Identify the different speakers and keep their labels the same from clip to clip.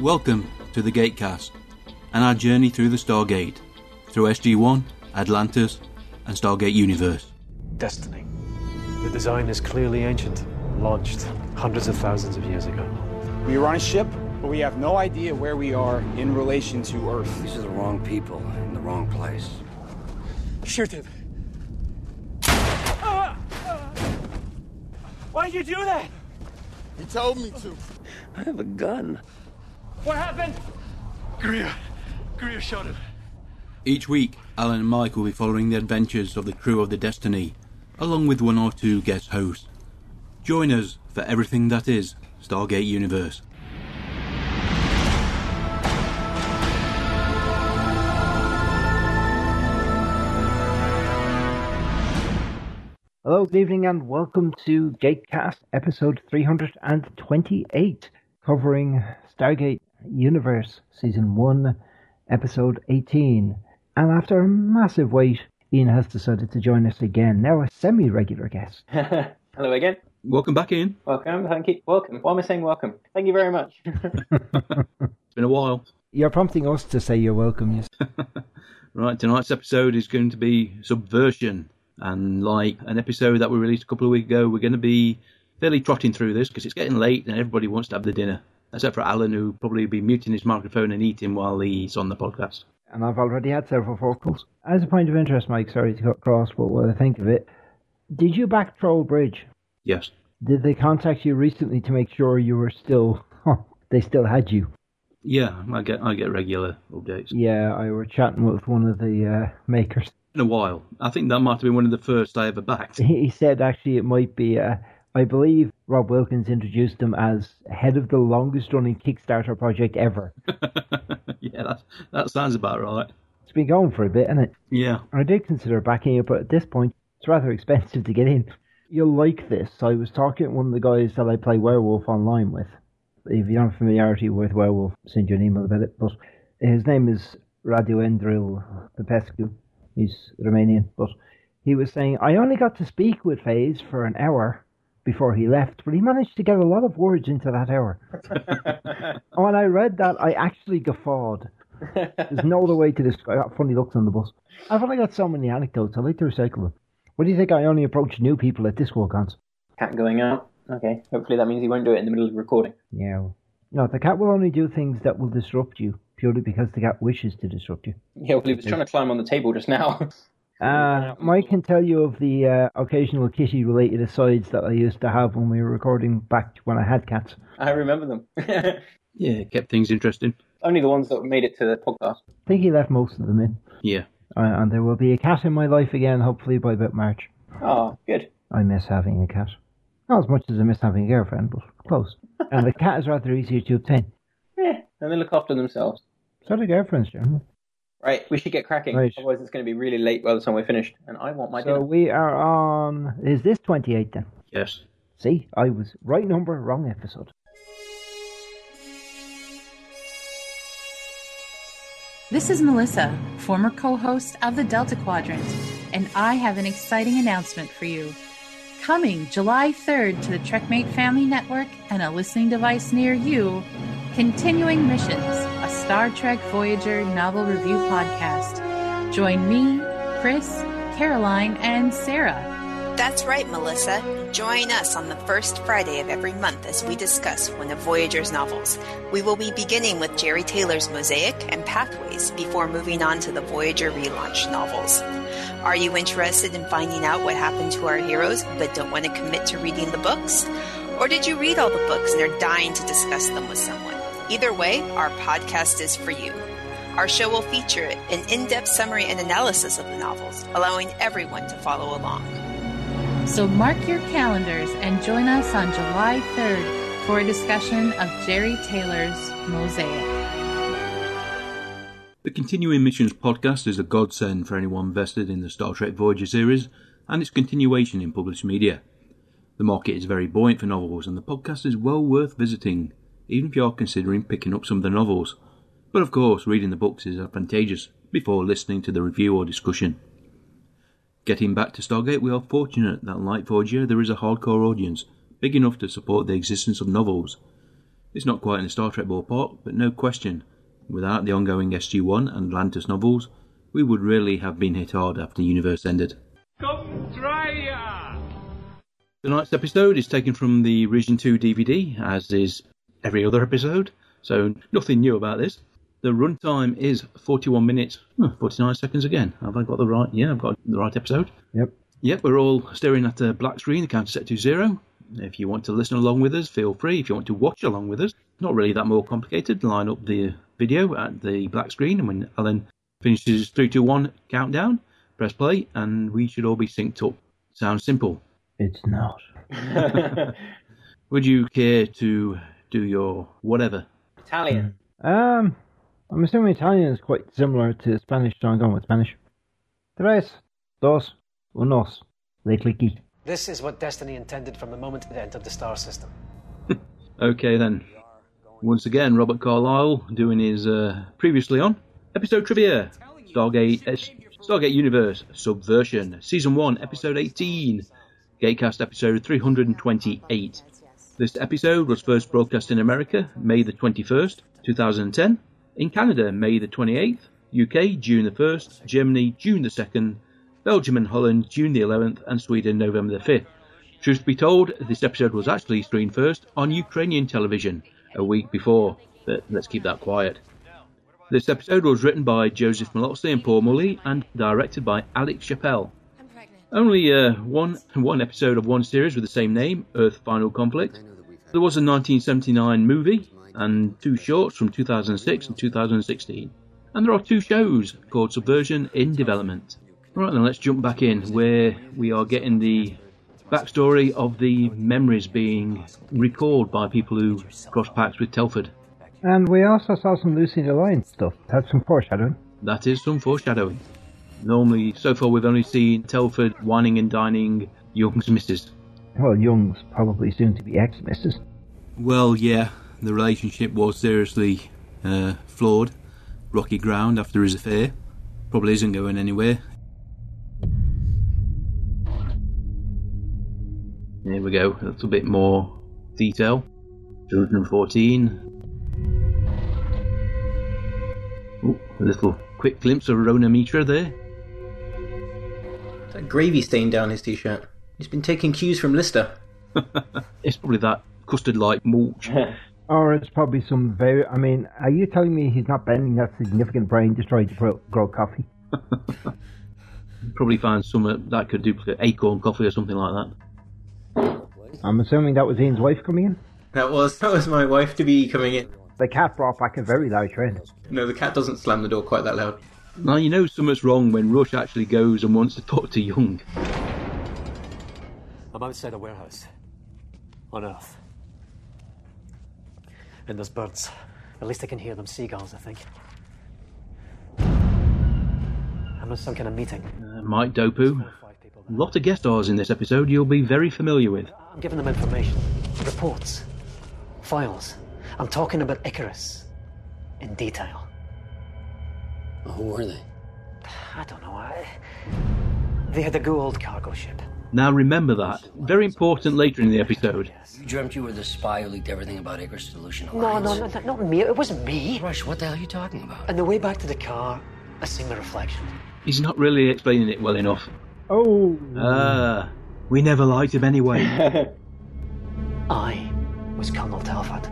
Speaker 1: Welcome to the Gatecast and our journey through the Stargate, through SG-1, Atlantis, and Stargate Universe.
Speaker 2: Destiny. The design is clearly ancient, launched hundreds of thousands of years ago.
Speaker 3: We are on a ship, but we have no idea where we are in relation to Earth.
Speaker 4: These are the wrong people in the wrong place.
Speaker 5: Shoot him. Why'd you do that?
Speaker 6: He told me to.
Speaker 4: I have a gun.
Speaker 5: What happened?
Speaker 7: Greer. Greer shot him.
Speaker 1: Each week, Alan and Mike will be following the adventures of the crew of the Destiny, along with one or two guest hosts. Join us for everything that is Stargate Universe.
Speaker 8: Hello, good evening, and welcome to Gatecast episode 328, covering Stargate Universe season 1, episode 18. And after a massive wait, Ian has decided to join us again, now a semi regular guest.
Speaker 9: Hello again.
Speaker 1: Welcome back in.
Speaker 9: Welcome. Thank you. Welcome. Why am I saying welcome? Thank you very much.
Speaker 1: It's been a while.
Speaker 8: You're prompting us to say you're welcome, yes.
Speaker 1: Right, tonight's episode is going to be Subversion. And like an episode that we released a couple of weeks ago, we're going to be fairly trotting through this because it's getting late and everybody wants to have their dinner. Except for Alan, who probably be muting his microphone and eating while he's on the podcast.
Speaker 8: and I've already had several vocals. As a point of interest, Mike, sorry to cut cross, but what I think of it, did you back Troll Bridge?
Speaker 1: Yes.
Speaker 8: Did they contact you recently to make sure you were still, they still had you?
Speaker 1: Yeah, I get I get regular updates.
Speaker 8: Yeah, I were chatting with one of the uh, makers.
Speaker 1: In a while. I think that might have been one of the first I ever backed.
Speaker 8: He he said actually it might be, uh, I believe Rob Wilkins introduced him as head of the longest running Kickstarter project ever.
Speaker 1: yeah, that, that sounds about right.
Speaker 8: It's been going for a bit, isn't it?
Speaker 1: Yeah.
Speaker 8: I did consider backing it, but at this point, it's rather expensive to get in. You'll like this. I was talking to one of the guys that I play Werewolf online with. If you don't have familiarity with Werewolf, I'll send you an email about it. But his name is Radoendril Popescu. He's Romanian. But he was saying, I only got to speak with FaZe for an hour before he left, but he managed to get a lot of words into that hour. when I read that, I actually guffawed. There's no other way to describe. I got funny looks on the bus. I've only got so many anecdotes. I like to recycle them. What do you think? I only approach new people at Discord cons.
Speaker 9: Cat going out. Okay. Hopefully that means he won't do it in the middle of recording.
Speaker 8: Yeah. No, the cat will only do things that will disrupt you purely because the cat wishes to disrupt you.
Speaker 9: Yeah, well, he was trying to climb on the table just now.
Speaker 8: Uh, Mike can tell you of the uh, occasional kitty-related asides that I used to have when we were recording back when I had cats.
Speaker 9: I remember them.
Speaker 1: Yeah, it kept things interesting.
Speaker 9: Only the ones that made it to the podcast.
Speaker 8: I think he left most of them in,
Speaker 1: Yeah.
Speaker 8: uh, and there will be a cat in my life again, hopefully by about March.
Speaker 9: Oh, good.
Speaker 8: I miss having a cat. Not as much as I miss having a girlfriend, but close. And the cat is rather easier to obtain.
Speaker 9: Yeah. And they look after themselves.
Speaker 8: So do girlfriends generally.
Speaker 9: Right. We should get cracking.
Speaker 8: Right.
Speaker 9: Otherwise, it's going to be really late by the time we're finished. And I want my
Speaker 8: So
Speaker 9: dinner.
Speaker 8: we are on. Is this 28 then?
Speaker 1: Yes.
Speaker 8: See, I was right number, wrong episode.
Speaker 10: This is Melissa, former co host of the Delta Quadrant, and I have an exciting announcement for you. Coming July 3rd to the Trekmate Family Network and a listening device near you, Continuing Missions, a Star Trek Voyager novel review podcast. Join me, Chris, Caroline, and Sarah.
Speaker 11: That's right, Melissa. Join us on the first Friday of every month as we discuss one of Voyager's novels. We will be beginning with Jerry Taylor's Mosaic and Pathways before moving on to the Voyager relaunch novels. Are you interested in finding out what happened to our heroes but don't want to commit to reading the books? Or did you read all the books and are dying to discuss them with someone? Either way, our podcast is for you. Our show will feature an in depth summary and analysis of the novels, allowing everyone to follow along.
Speaker 10: So mark your calendars and join us on July 3rd for a discussion of Jerry Taylor's Mosaic.
Speaker 1: The Continuing Missions podcast is a godsend for anyone vested in the Star Trek Voyager series and its continuation in published media. The market is very buoyant for novels, and the podcast is well worth visiting, even if you are considering picking up some of the novels. But of course, reading the books is advantageous before listening to the review or discussion. Getting back to Stargate, we are fortunate that, like Voyager, there is a hardcore audience big enough to support the existence of novels. It's not quite in the Star Trek ballpark, but no question. Without the ongoing SG-1 and Atlantis novels, we would really have been hit hard after the universe ended.
Speaker 5: Come try ya!
Speaker 1: Tonight's episode is taken from the Region 2 DVD, as is every other episode, so nothing new about this. The runtime is 41 minutes, huh, 49 seconds again. Have I got the right? Yeah, I've got the right episode.
Speaker 8: Yep.
Speaker 1: Yep, we're all staring at a black screen, the counter set to zero. If you want to listen along with us, feel free. If you want to watch along with us, not really that more complicated. Line up the video at the black screen, and when Alan finishes 3 2 1 countdown, press play, and we should all be synced up. Sounds simple.
Speaker 8: It's not.
Speaker 1: Would you care to do your whatever?
Speaker 9: Italian.
Speaker 8: Um, I'm assuming Italian is quite similar to Spanish, so I'm going with Spanish. Tres, dos, unos, le clicky.
Speaker 12: This is what destiny intended from the moment it entered the star system.
Speaker 1: Okay then. Once again, Robert Carlyle doing his uh, previously on episode trivia. Stargate, S- Stargate Universe Subversion, Season 1, Episode 18, Gatecast Episode 328. This episode was first broadcast in America, May the 21st, 2010. In Canada, May the 28th. UK, June the 1st. Germany, June the 2nd. Belgium and Holland, June the 11th. And Sweden, November the 5th. Truth be told, this episode was actually streamed first on Ukrainian television a week before, but let's keep that quiet. This episode was written by Joseph Malozzi and Paul Mully and directed by Alex Chappelle. Only uh, one one episode of one series with the same name, Earth Final Conflict. There was a 1979 movie and two shorts from 2006 and 2016. And there are two shows called Subversion in Development. Right then, let's jump back in where we are getting the backstory of the memories being recalled by people who cross paths with Telford.
Speaker 8: And we also saw some Lucy in the Lion stuff. That's some foreshadowing.
Speaker 1: That is some foreshadowing. Normally, so far we've only seen Telford whining and dining Young's missus.
Speaker 8: Well, Young's probably soon to be ex missus.
Speaker 1: Well, yeah, the relationship was seriously uh, flawed, rocky ground after his affair. Probably isn't going anywhere. Here we go, a little bit more detail. 214. Ooh, a little quick glimpse of Rona Mitra there.
Speaker 13: That gravy stain down his t-shirt. He's been taking cues from Lister.
Speaker 1: It's probably that custard-like mulch.
Speaker 8: Or it's probably some very. I mean, are you telling me he's not bending that significant brain just trying to grow, grow coffee?
Speaker 1: probably find some uh, that could duplicate acorn coffee or something like that.
Speaker 8: I'm assuming that was Ian's wife coming in.
Speaker 13: That was that was my wife to be coming in.
Speaker 8: The cat brought back a very loud trend.
Speaker 13: No, the cat doesn't slam the door quite that loud.
Speaker 1: Now you know something's wrong when Rush actually goes and wants to talk to Young.
Speaker 12: I'm outside a warehouse. On Earth. And there's birds. At least I can hear them seagulls, I think. I'm in some kind of meeting.
Speaker 1: Uh, Mike Dopu. Lot of guest stars in this episode you'll be very familiar with.
Speaker 12: I'm giving them information, reports, files. I'm talking about Icarus in detail.
Speaker 4: Who were they?
Speaker 12: I don't know. I... They had a good old cargo ship.
Speaker 1: Now remember that. Very important later in the episode.
Speaker 4: You dreamt you were the spy who leaked everything about Icarus to the Lucian
Speaker 12: No, no, no, no, not me. It wasn't me.
Speaker 4: Rush, what the hell are you talking about?
Speaker 12: On the way back to the car, I seen the reflection.
Speaker 1: He's not really explaining it well enough.
Speaker 8: Oh.
Speaker 1: Ah, we never liked him anyway.
Speaker 12: I was Colonel Telford.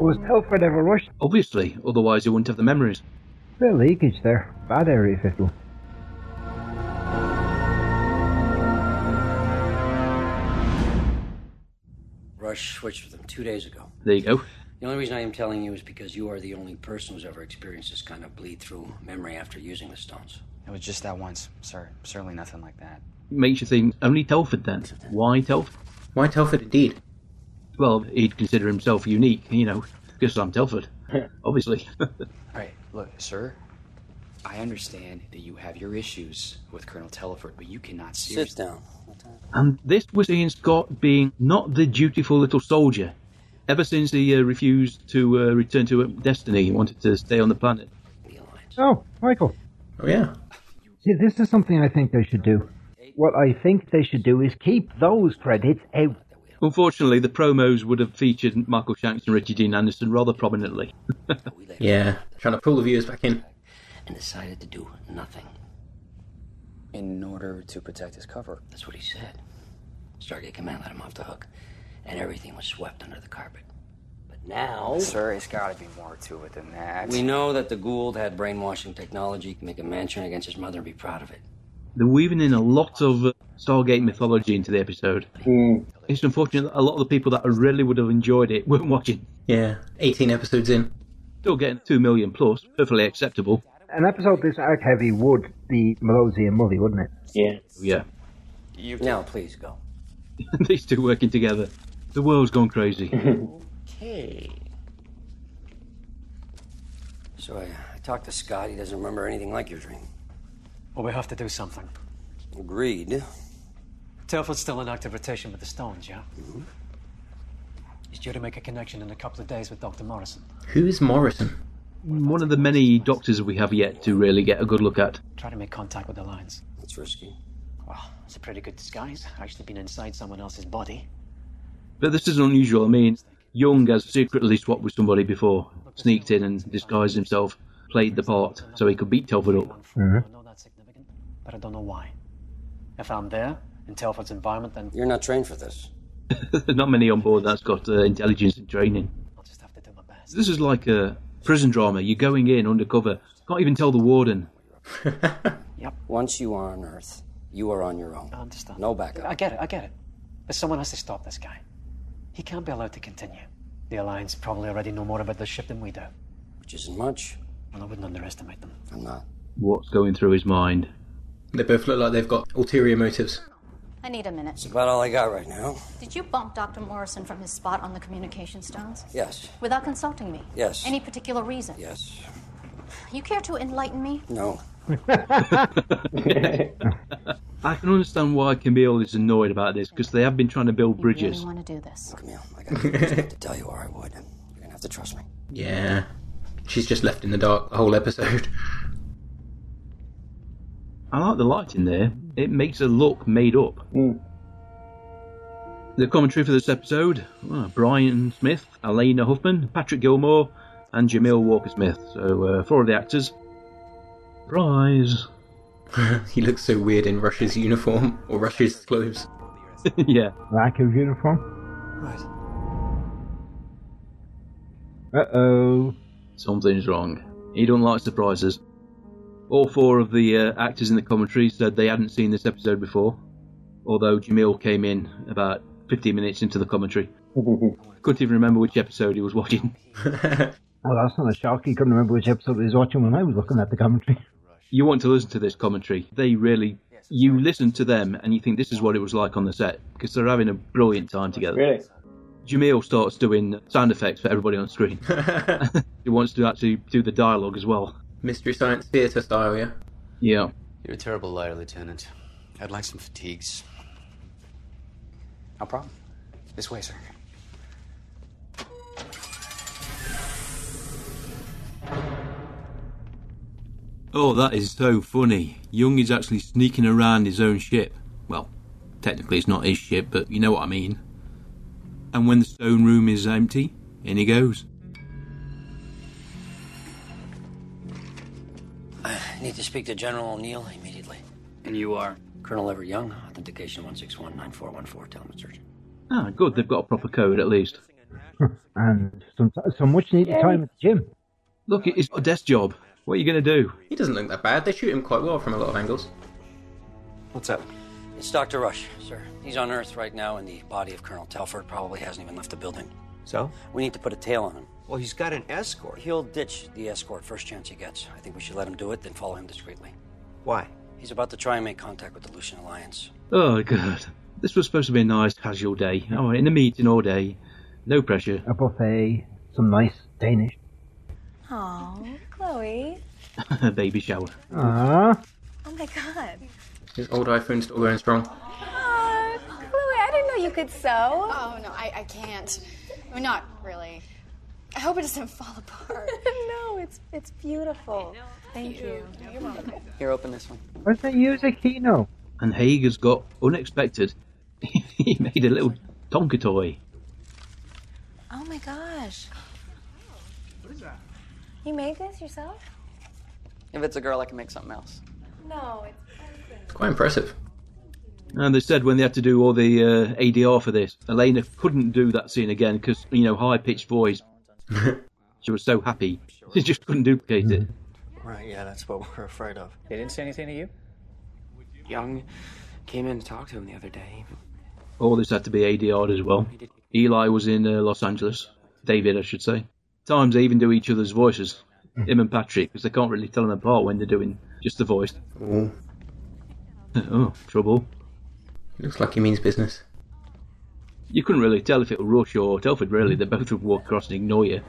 Speaker 8: Was Telford ever rushed?
Speaker 1: Obviously, otherwise he wouldn't have the memories.
Speaker 8: Bit of leakage there. Bad area 50.
Speaker 4: Rush switched with them two days ago.
Speaker 1: There you go.
Speaker 4: The only reason I am telling you is because you are the only person who's ever experienced this kind of bleed through memory after using the stones.
Speaker 14: It was just that once, sir. Certainly nothing like that.
Speaker 1: Makes you think only Telford then. Why Telford?
Speaker 13: Why Telford indeed?
Speaker 1: Well, he'd consider himself unique, you know, because I'm Telford, obviously.
Speaker 14: All right, look, sir. I understand that you have your issues with Colonel Telford, but you cannot seriously.
Speaker 4: Sit down.
Speaker 1: and this was Ian Scott being not the dutiful little soldier. Ever since he uh, refused to uh, return to uh, Destiny, he wanted to stay on the planet.
Speaker 8: Oh, Michael.
Speaker 13: Oh yeah.
Speaker 8: See, this is something I think they should do. What I think they should do is keep those credits out.
Speaker 1: Unfortunately, the promos would have featured Michael Shanks and Richard Dean Anderson rather prominently.
Speaker 13: yeah, trying to pull the viewers back in.
Speaker 4: and decided to do nothing.
Speaker 14: in order to protect his cover.
Speaker 4: That's what he said. Stargate Command let him off the hook, and everything was swept under the carpet. But now.
Speaker 14: Sir, it's gotta be more to it than that.
Speaker 4: We know that the Gould had brainwashing technology, can make a man turn against his mother and be proud of it.
Speaker 1: They're weaving in a lot of uh, Stargate mythology into the episode.
Speaker 13: Mm.
Speaker 1: It's unfortunate that a lot of the people that really would have enjoyed it weren't watching.
Speaker 13: Yeah, 18 episodes in.
Speaker 1: Still getting 2 million plus, perfectly acceptable.
Speaker 8: An episode this arc heavy would be Melozzi and Mully, wouldn't it?
Speaker 13: Yeah.
Speaker 1: Yeah.
Speaker 4: You now, please go.
Speaker 1: These two working together. The world's gone crazy.
Speaker 4: Okay. So I, I talked to Scott. He doesn't remember anything like your dream.
Speaker 12: Well, we have to do something.
Speaker 4: Agreed.
Speaker 12: Telford's still in active rotation with the Stones, yeah?
Speaker 4: Mm-hmm.
Speaker 12: He's due to make a connection in a couple of days with Dr. Morrison.
Speaker 13: Who's Morrison?
Speaker 1: One of the many doctors we have yet to really get a good look at.
Speaker 12: Try to make contact with the Lions.
Speaker 4: It's risky.
Speaker 12: Well, it's a pretty good disguise. Actually been inside someone else's body.
Speaker 1: But this is unusual. I mean, Young has secretly swapped with somebody before, sneaked in and disguised himself, played the part so he could beat Telford up.
Speaker 12: I know that's significant, but I don't know why. If I'm there, in Telford's environment, then
Speaker 4: You're not trained for this.
Speaker 1: There's not many on board that's got uh, intelligence and training. This is like a prison drama. You're going in undercover, can't even tell the warden.
Speaker 4: Once you are on Earth, you are on your own.
Speaker 12: I understand.
Speaker 4: No backup.
Speaker 12: I get it, I get it. But someone has to stop this guy. He can't be allowed to continue. The Alliance probably already know more about this ship than we do.
Speaker 4: Which isn't much.
Speaker 12: Well, I wouldn't underestimate them.
Speaker 4: I'm not.
Speaker 1: What's going through his mind?
Speaker 13: They both look like they've got ulterior motives.
Speaker 15: I need a minute.
Speaker 4: About all I got right now.
Speaker 15: Did you bump Dr. Morrison from his spot on the communication stones?
Speaker 4: Yes.
Speaker 15: Without consulting me?
Speaker 4: Yes.
Speaker 15: Any particular reason?
Speaker 4: Yes.
Speaker 15: You care to enlighten me?
Speaker 4: No.
Speaker 1: I can understand why Camille is annoyed about this because they have been trying to build
Speaker 15: You
Speaker 1: bridges.
Speaker 15: really want to do this?
Speaker 4: Camille, I got to tell you or I would. You're going to have to trust me.
Speaker 13: Yeah. She's just left in the dark the whole episode.
Speaker 1: I like the light in there. It makes it look made up. The commentary for this episode well, Brian Smith, Elena Huffman, Patrick Gilmore, and Jamil Walker Smith. So, uh, four of the actors. Surprise!
Speaker 13: he looks so weird in Rush's uniform or Rush's clothes.
Speaker 1: yeah.
Speaker 8: Lack of uniform?
Speaker 12: Right.
Speaker 8: Uh oh.
Speaker 1: Something's wrong. He don't like surprises. All four of the uh, actors in the commentary said they hadn't seen this episode before, although Jamil came in about 15 minutes into the commentary. Couldn't even remember which episode he was watching.
Speaker 8: Well, that's not a shock. He couldn't remember which episode he was watching when I was looking at the commentary.
Speaker 1: You want to listen to this commentary. They really. You listen to them and you think this is what it was like on the set because they're having a brilliant time together.
Speaker 13: Really?
Speaker 1: Jamil starts doing sound effects for everybody on screen. he wants to actually do the dialogue as well.
Speaker 13: Mystery Science Theatre style, yeah?
Speaker 1: Yeah.
Speaker 14: You're a terrible liar, Lieutenant. I'd like some fatigues. No problem. This way, sir.
Speaker 1: Oh, that is so funny. Young is actually sneaking around his own ship. Well, technically it's not his ship, but you know what I mean. And when the stone room is empty, in he goes.
Speaker 4: I need to speak to General O'Neill immediately.
Speaker 14: And you are?
Speaker 4: Colonel Everett Young, authentication 1619414, telemetry.
Speaker 1: Ah, good, they've got a proper code at least.
Speaker 8: And some, some much needed time at the gym.
Speaker 1: Look, it's got a desk job. What are you going to do?
Speaker 13: He doesn't look that bad. They shoot him quite well from a lot of angles.
Speaker 12: What's up?
Speaker 4: It's Dr. Rush, sir. He's on Earth right now in the body of Colonel Telford, probably hasn't even left the building.
Speaker 12: So?
Speaker 4: We need to put a tail on him.
Speaker 12: Well, he's got an escort.
Speaker 4: He'll ditch the escort first chance he gets. I think we should let him do it, then follow him discreetly.
Speaker 12: Why?
Speaker 4: He's about to try and make contact with the Lucian Alliance.
Speaker 1: Oh, God. This was supposed to be a nice, casual day. Oh, in a meeting all day. No pressure.
Speaker 8: A buffet, some nice Danish.
Speaker 15: Oh, Chloe.
Speaker 1: Baby shower.
Speaker 8: Ah,
Speaker 15: Oh my god.
Speaker 13: His old iPhone's still going strong.
Speaker 15: Oh, Chloe, I didn't know you could sew.
Speaker 16: Oh, no, I, I can't. I mean, not really. I hope it doesn't fall apart.
Speaker 15: no, it's it's beautiful. Thank you.
Speaker 14: Here, open this one.
Speaker 8: where's that user key? No.
Speaker 1: And Haig has got unexpected. he made a little Tonka toy.
Speaker 17: Oh my gosh. You made this yourself?
Speaker 18: If it's a girl, I can make something else.
Speaker 17: No, it's
Speaker 13: Quite impressive.
Speaker 1: And they said when they had to do all the uh, ADR for this, Elena couldn't do that scene again because, you know, high pitched voice. she was so happy. She just couldn't duplicate it.
Speaker 14: Right, yeah, that's what we're afraid of.
Speaker 4: They didn't say anything to you? Young came in to talk to him the other day.
Speaker 1: All this had to be ADR'd as well. Eli was in uh, Los Angeles. David, I should say. Times they even do each other's voices, him and Patrick, because they can't really tell them apart when they're doing just the voice.
Speaker 13: Oh,
Speaker 1: oh trouble.
Speaker 13: Looks like he means business.
Speaker 1: You couldn't really tell if it were Rush or Telford, really. They both would walk across and ignore you.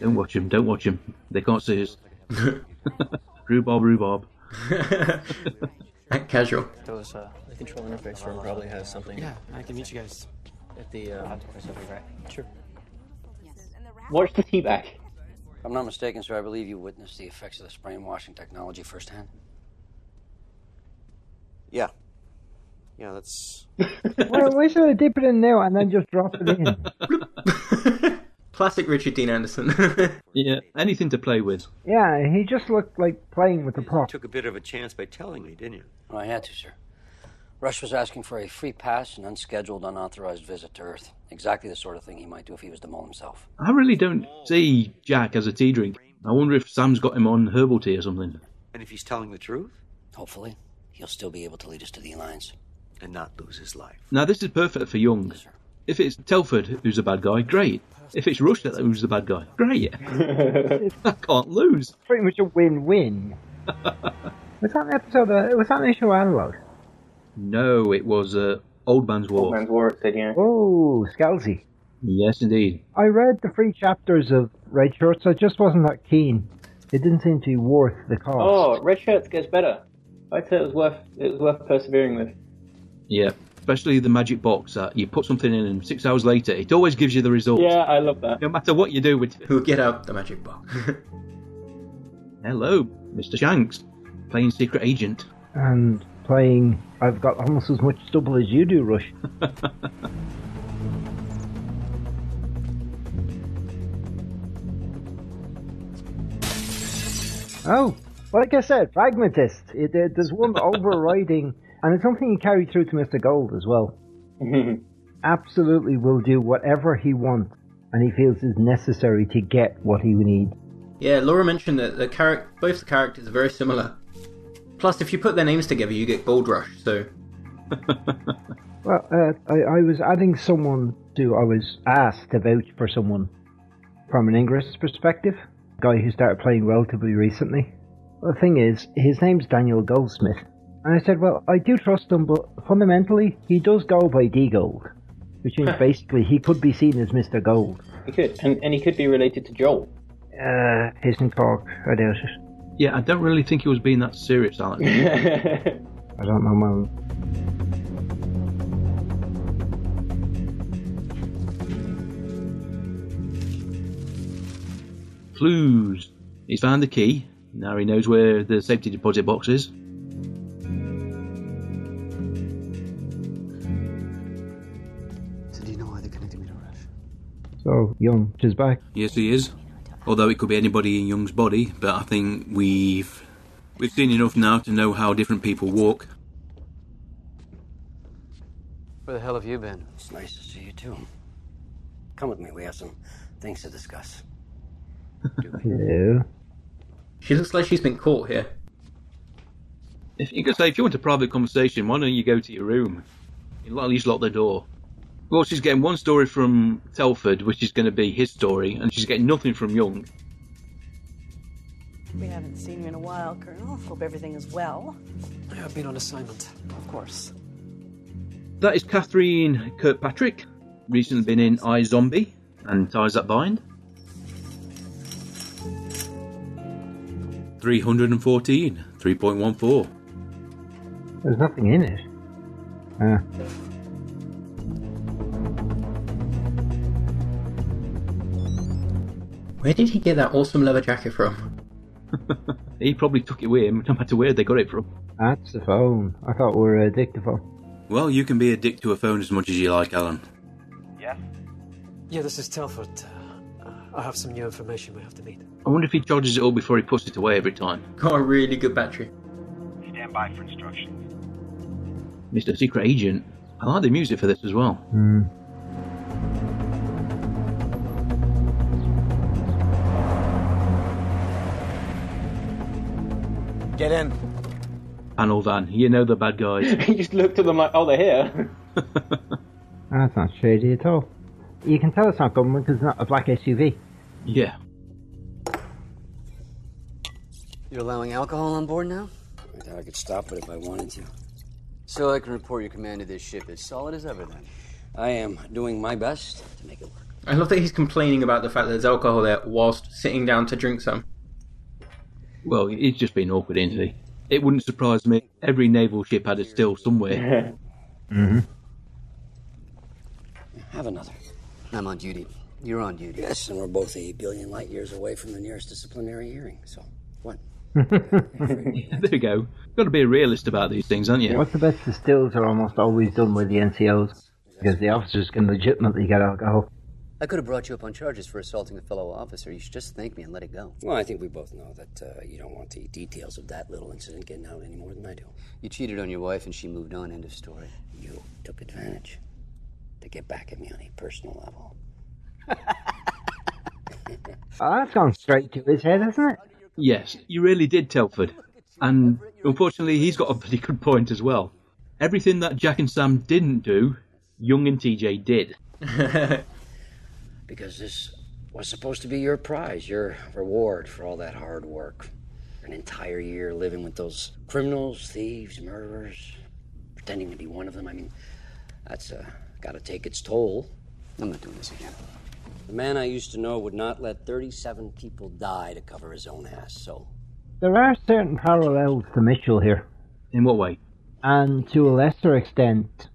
Speaker 1: don't watch them, don't watch them. They can't see us. rhubarb, rhubarb.
Speaker 13: Act casual.
Speaker 14: Those, uh, the control interface room probably has something. Yeah, I can meet you guys at the. Uh, right? Sure.
Speaker 9: What's the teabag?
Speaker 4: If I'm not mistaken, sir, I believe you witnessed the effects of this brainwashing technology firsthand.
Speaker 14: Yeah. Yeah, that's.
Speaker 8: why, why should I dip it in now and then just drop it in?
Speaker 13: Classic Richard Dean Anderson.
Speaker 1: yeah, anything to play with.
Speaker 8: Yeah, he just looked like playing with the
Speaker 4: You
Speaker 8: plot.
Speaker 4: took a bit of a chance by telling me, didn't you? I had to, sir. Rush was asking for a free pass, an unscheduled, unauthorized visit to Earth. Exactly the sort of thing he might do if he was the mole himself.
Speaker 1: I really don't see Jack as a tea drink. I wonder if Sam's got him on herbal tea or something.
Speaker 4: And if he's telling the truth? Hopefully, he'll still be able to lead us to the Alliance. And not lose his life.
Speaker 1: Now, this is perfect for Young. If it's Telford who's the bad guy, great. If it's Rush that- who's the bad guy, great. I can't lose.
Speaker 8: Pretty much a win-win. was that an episode? Of, was that an issue of Analog?
Speaker 1: No, it was uh, Old Man's War. Old Man's
Speaker 9: War, it said, yeah.
Speaker 8: Oh, Scalzi.
Speaker 1: Yes, indeed.
Speaker 8: I read the three chapters of Red Shirts. I just wasn't that keen. It didn't seem to be worth the cost.
Speaker 9: Oh, red shirts gets better. I'd say it was worth it was worth persevering with.
Speaker 1: Yeah. Especially the magic box that you put something in and six hours later, it always gives you the result.
Speaker 9: Yeah, I love that.
Speaker 1: No matter what you do with it.
Speaker 13: Who get out the magic box?
Speaker 1: Hello, Mr. Shanks, playing secret agent.
Speaker 8: And playing, I've got almost as much double as you do, Rush. oh, like I said, pragmatist. It, there- there's one overriding, and it's something you carry through to Mr. Gold as well. Absolutely will do whatever he wants and he feels is necessary to get what he needs.
Speaker 13: yeah, Laura mentioned that the charac- both the characters are very similar. Plus, if you put their names together, you get Gold Rush, so.
Speaker 8: Well, uh, I, I was adding someone to, I was asked to vouch for someone from an Ingress perspective, a guy who started playing relatively recently. The thing is, his name's Daniel Goldsmith. And I said, well, I do trust him, but fundamentally, he does go by D Gold, which means basically he could be seen as Mr. Gold.
Speaker 9: He could, and, and he could be related to Joel.
Speaker 8: Uh, isn't Cork, I doubt it.
Speaker 1: Yeah, I don't really think he was being that serious, Alex.
Speaker 8: I don't know, man.
Speaker 1: Clues. He's found the key. Now he knows where the safety deposit box is.
Speaker 18: So do you know why they're connecting me to Rush?
Speaker 8: So, Young is back.
Speaker 1: Yes, he is. Although it could be anybody in Young's body, but I think we've we've seen enough now to know how different people walk.
Speaker 4: Where the hell have you been? It's nice to see you, too. Come with me, we have some things to discuss.
Speaker 8: Hello.
Speaker 13: She looks like she's been caught here.
Speaker 1: If you could say, if you want a private conversation, why don't you go to your room? You'll at least lock the door. Well, she's getting one story from Telford, which is going to be his story, and she's getting nothing from Young.
Speaker 19: We haven't seen you in a while, Colonel. Hope everything is well.
Speaker 12: I have been on assignment.
Speaker 19: Of course.
Speaker 1: That is Catherine Kirkpatrick, recently been in I Zombie and Ties That Bind. 314, 3.14.
Speaker 8: There's nothing in it. Uh,
Speaker 13: Where did he get that awesome leather jacket from?
Speaker 1: He probably took it with him, no matter where they got it from.
Speaker 8: that's the phone. I thought we were a dictaphone.
Speaker 1: Well, you can be a dick to a phone as much as you like, Alan.
Speaker 12: Yeah? Yeah, this is Telford. Uh, I have some new information we have to meet.
Speaker 1: I wonder if he charges it all before he puts it away every time.
Speaker 13: Got a really good battery.
Speaker 20: Stand by for instructions.
Speaker 1: Mr. Secret Agent. I like the music for this as well.
Speaker 9: Get in.
Speaker 1: Panel van, you know the bad guys.
Speaker 9: he just looked at them like, oh, they're here.
Speaker 8: That's not shady at all. You can tell it's not government because it's not a black SUV.
Speaker 1: Yeah.
Speaker 18: You're allowing alcohol on board now?
Speaker 14: I thought I could stop it if I wanted to.
Speaker 18: So I can report your command of this ship as solid as ever then.
Speaker 4: I am doing my best to make it work.
Speaker 13: I love that he's complaining about the fact that there's alcohol there whilst sitting down to drink some.
Speaker 1: Well, he's just been awkward, isn't he? It wouldn't surprise me. Every naval ship had a still somewhere.
Speaker 8: mm-hmm.
Speaker 4: Have another.
Speaker 18: I'm on duty. You're on duty.
Speaker 4: Yes, and we're both 8 billion light years away from the nearest disciplinary hearing, so one.
Speaker 1: there we go. Got to be a realist about these things, aren't you?
Speaker 8: What's the best distills are almost always done with the NCOs because the officers can legitimately get alcohol.
Speaker 18: I could have brought you up on charges for assaulting a fellow officer. You should just thank me and let it go.
Speaker 4: Well, I think we both know that uh, you don't want the details of that little incident getting out any more than I do.
Speaker 18: You cheated on your wife and she moved on. End of story.
Speaker 4: You took advantage to get back at me on a personal level.
Speaker 8: Oh, that's gone straight to his head, hasn't it?
Speaker 1: Yes, you really did, Telford. And unfortunately, he's got a pretty good point as well. Everything that Jack and Sam didn't do, Young and TJ did.
Speaker 4: because this was supposed to be your prize, your reward for all that hard work. An entire year living with those criminals, thieves, murderers, pretending to be one of them. I mean, that's uh, got to take its toll.
Speaker 18: I'm not doing this again.
Speaker 4: The man I used to know would not let 37 people die to cover his own ass, so
Speaker 8: There are certain parallels to Mitchell here.
Speaker 1: In what way?
Speaker 8: And to a lesser extent,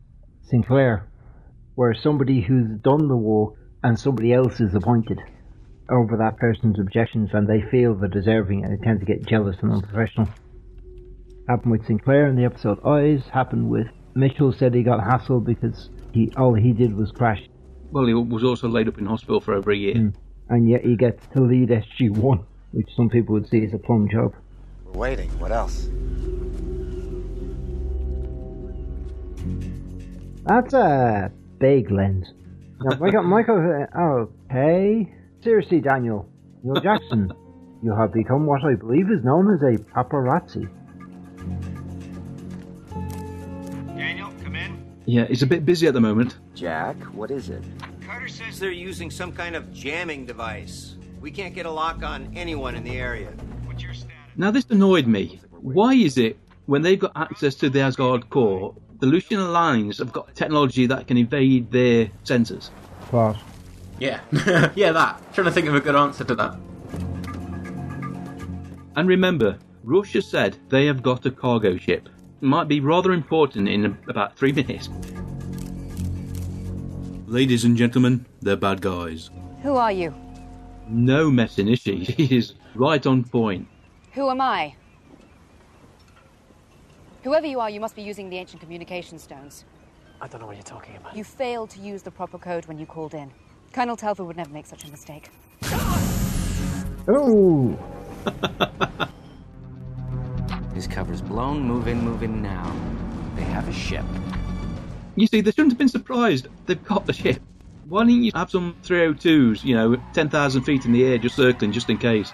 Speaker 8: Sinclair, where somebody who's done the war and somebody else is appointed over that person's objections and they feel they're deserving and they tend to get jealous and unprofessional. Happened with Sinclair in the episode Eyes, happened with Mitchell said he got hassled because he all he did was crash
Speaker 1: Well, he was also laid up in hospital for over a year.
Speaker 8: and yet he gets to lead SG1, which some people would see as a plum job.
Speaker 18: We're waiting. What else?
Speaker 8: That's a big lens. Now, Michael, Michael, uh, okay. Seriously, Daniel, Neil Jackson, you have become what I believe is known as a paparazzi.
Speaker 20: Daniel, come in.
Speaker 1: Yeah, he's a bit busy at the moment.
Speaker 21: Jack, what is it?
Speaker 20: Carter says they're using some kind of jamming device. We can't get a lock on anyone in the area. What's your status?
Speaker 1: Now, this annoyed me. Why is it when they've got access to the Asgard core, the Lucian Alliance have got technology that can evade their sensors?
Speaker 8: Class.
Speaker 13: Yeah. yeah, that. Trying to think of a good answer to that.
Speaker 1: And remember, Russia said they have got a cargo ship. Might be rather important in about three minutes. Ladies and gentlemen, they're bad guys.
Speaker 22: Who are you?
Speaker 1: No messing, is she? She is right on point.
Speaker 22: Who am I? Whoever you are, you must be using the ancient communication stones.
Speaker 12: I don't know what you're talking about.
Speaker 22: You failed to use the proper code when you called in. Colonel Telford would never make such a mistake.
Speaker 8: Ooh.
Speaker 14: His cover's blown. Move in, move in now. They have a ship.
Speaker 1: You see, they shouldn't have been surprised. They've got the ship. Why didn't you have some 302s, you know, 10,000 feet in the air, just circling, just in case?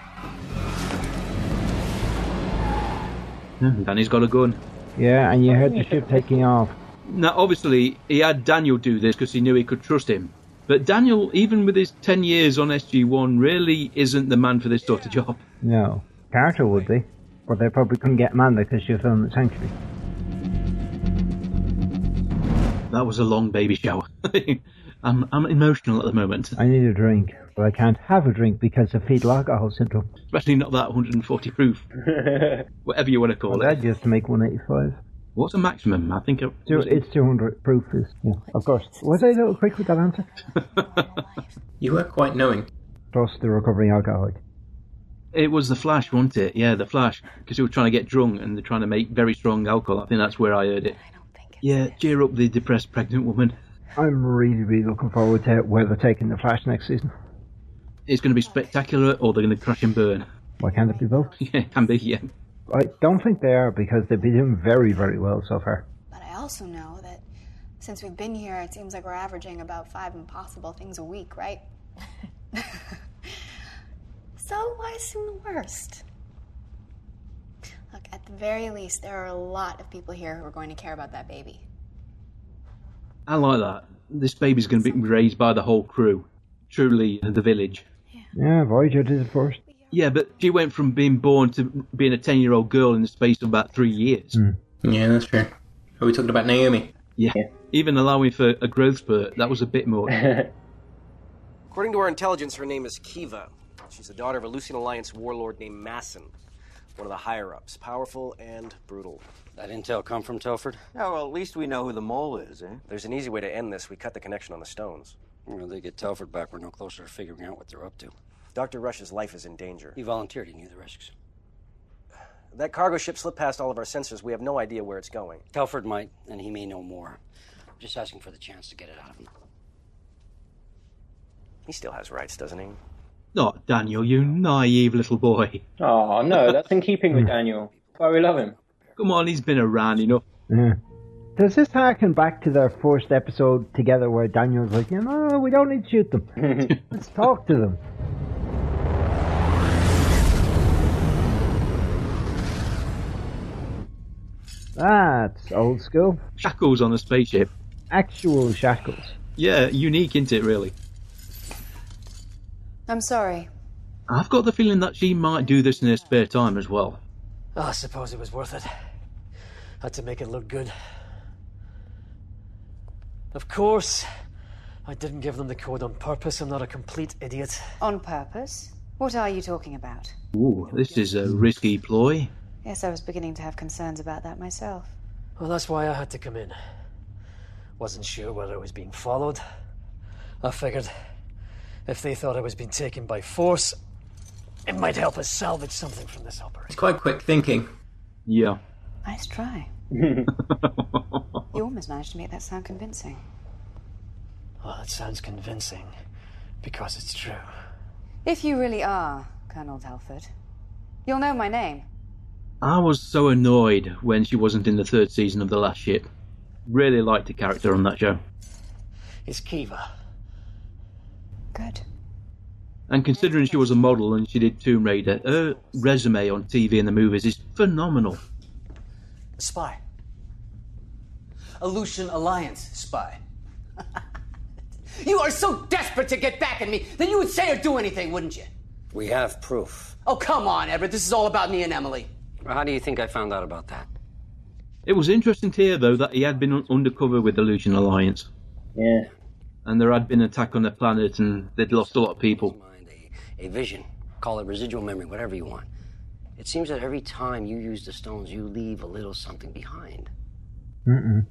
Speaker 1: Yeah, Hmm, Danny's got a gun.
Speaker 8: Yeah, and you heard the ship taking off.
Speaker 1: Now, obviously, he had Daniel do this because he knew he could trust him. But Daniel, even with his 10 years on SG1, really isn't the man for this sort of job.
Speaker 8: No. Character would be. But they probably couldn't get Amanda because she was filming the sanctuary.
Speaker 1: That was a long baby shower. I'm, I'm emotional at the moment,
Speaker 8: I need a drink, but I can't have a drink because of fetal alcohol syndrome.
Speaker 1: especially not that 140 proof, whatever you want to call it.
Speaker 8: That just to make 185.
Speaker 1: What's the maximum? I think it,
Speaker 8: Two, it's 200 proof. Is, yeah, of course. Was I a little quick with that answer?
Speaker 13: You were quite knowing.
Speaker 8: Trust the recovering alcoholic.
Speaker 1: it was the Flash, wasn't it? Yeah, the Flash, because he was trying to get drunk and they're trying to make very strong alcohol. I think that's where I heard it. Yeah, cheer up the depressed pregnant woman.
Speaker 8: I'm really, really looking forward to where they're taking the Flash next season.
Speaker 1: It's going to be spectacular, or they're going to crash and burn.
Speaker 8: Why can't it be both?
Speaker 1: Yeah, can be. Yeah,
Speaker 8: I don't think they are because they've been doing very, very well so far.
Speaker 16: But I also know that since we've been here, it seems like we're averaging about five impossible things a week, right? so why assume the worst? Look, at the very least, there are a lot of people here who are going to care about that baby.
Speaker 1: I like that. This baby's going to be raised by the whole crew. Truly, uh, the village.
Speaker 8: Yeah, Voyager did it first.
Speaker 1: Yeah, but she went from being born to being a 10 year old girl in the space of about three years.
Speaker 13: Yeah, that's true. Are we talking about Naomi?
Speaker 1: Yeah. Even allowing for a growth spurt, that was a bit more.
Speaker 2: According to our intelligence, her name is Kiva. She's the daughter of a Lucian Alliance warlord named Masson, one of the higher ups, powerful and brutal.
Speaker 4: That intel come from Telford?
Speaker 2: Oh, well, at least we know who the mole is, eh? There's an easy way to end this. We cut the connection on the stones.
Speaker 4: Well, they get Telford back. We're no closer to figuring out what they're up to.
Speaker 2: Dr. Rush's life is in danger.
Speaker 4: He volunteered. He knew the risks.
Speaker 2: That cargo ship slipped past all of our sensors. We have no idea where it's going.
Speaker 4: Telford might, and he may know more. I'm just asking for the chance to get it out of him.
Speaker 2: He still has rights, doesn't he?
Speaker 1: Not Daniel, you naive little boy.
Speaker 9: Oh no, that's in keeping
Speaker 13: Hmm.
Speaker 9: with Daniel. Why we love him.
Speaker 1: Come on, he's been around enough.
Speaker 8: Yeah. Does this harken back to their first episode together where Daniel's like, you know, we don't need to shoot them. Let's talk to them. That's old school.
Speaker 1: Shackles on a spaceship.
Speaker 8: Actual shackles.
Speaker 1: Yeah, unique, isn't it, really?
Speaker 16: I'm sorry.
Speaker 1: I've got the feeling that she might do this in her spare time as well.
Speaker 12: Oh, I suppose it was worth it. Had to make it look good. Of course, I didn't give them the code on purpose. I'm not a complete idiot.
Speaker 22: On purpose? What are you talking about?
Speaker 1: Ooh, this is a risky ploy.
Speaker 22: Yes, I was beginning to have concerns about that myself.
Speaker 12: Well, that's why I had to come in. Wasn't sure whether I was being followed. I figured if they thought I was being taken by force, it might help us salvage something from this operation.
Speaker 13: It's quite quick thinking.
Speaker 1: Yeah.
Speaker 22: Nice try.
Speaker 9: you
Speaker 22: almost managed to make that sound convincing.
Speaker 12: Well, that sounds convincing because it's true.
Speaker 22: If you really are Colonel Telford, you'll know my name.
Speaker 1: I was so annoyed when she wasn't in the third season of The Last Ship. Really liked the character on that show.
Speaker 12: It's Kiva.
Speaker 22: Good.
Speaker 1: And considering she was a model and she did Tomb Raider, her resume on TV and the movies is phenomenal.
Speaker 21: A spy. A Lucian Alliance spy. you are so desperate to get back at me that you would say or do anything, wouldn't you?
Speaker 4: We have proof.
Speaker 21: Oh, come on, Everett. This is all about me and Emily.
Speaker 4: How do you think I found out about that?
Speaker 1: It was interesting to hear, though, that he had been un- undercover with the Lucian Alliance.
Speaker 9: Yeah.
Speaker 1: And there had been an attack on the planet and they'd lost a lot of people.
Speaker 4: A vision. Call it residual memory, whatever you want. It seems that every time you use the stones, you leave a little something behind.
Speaker 8: Mm-mm.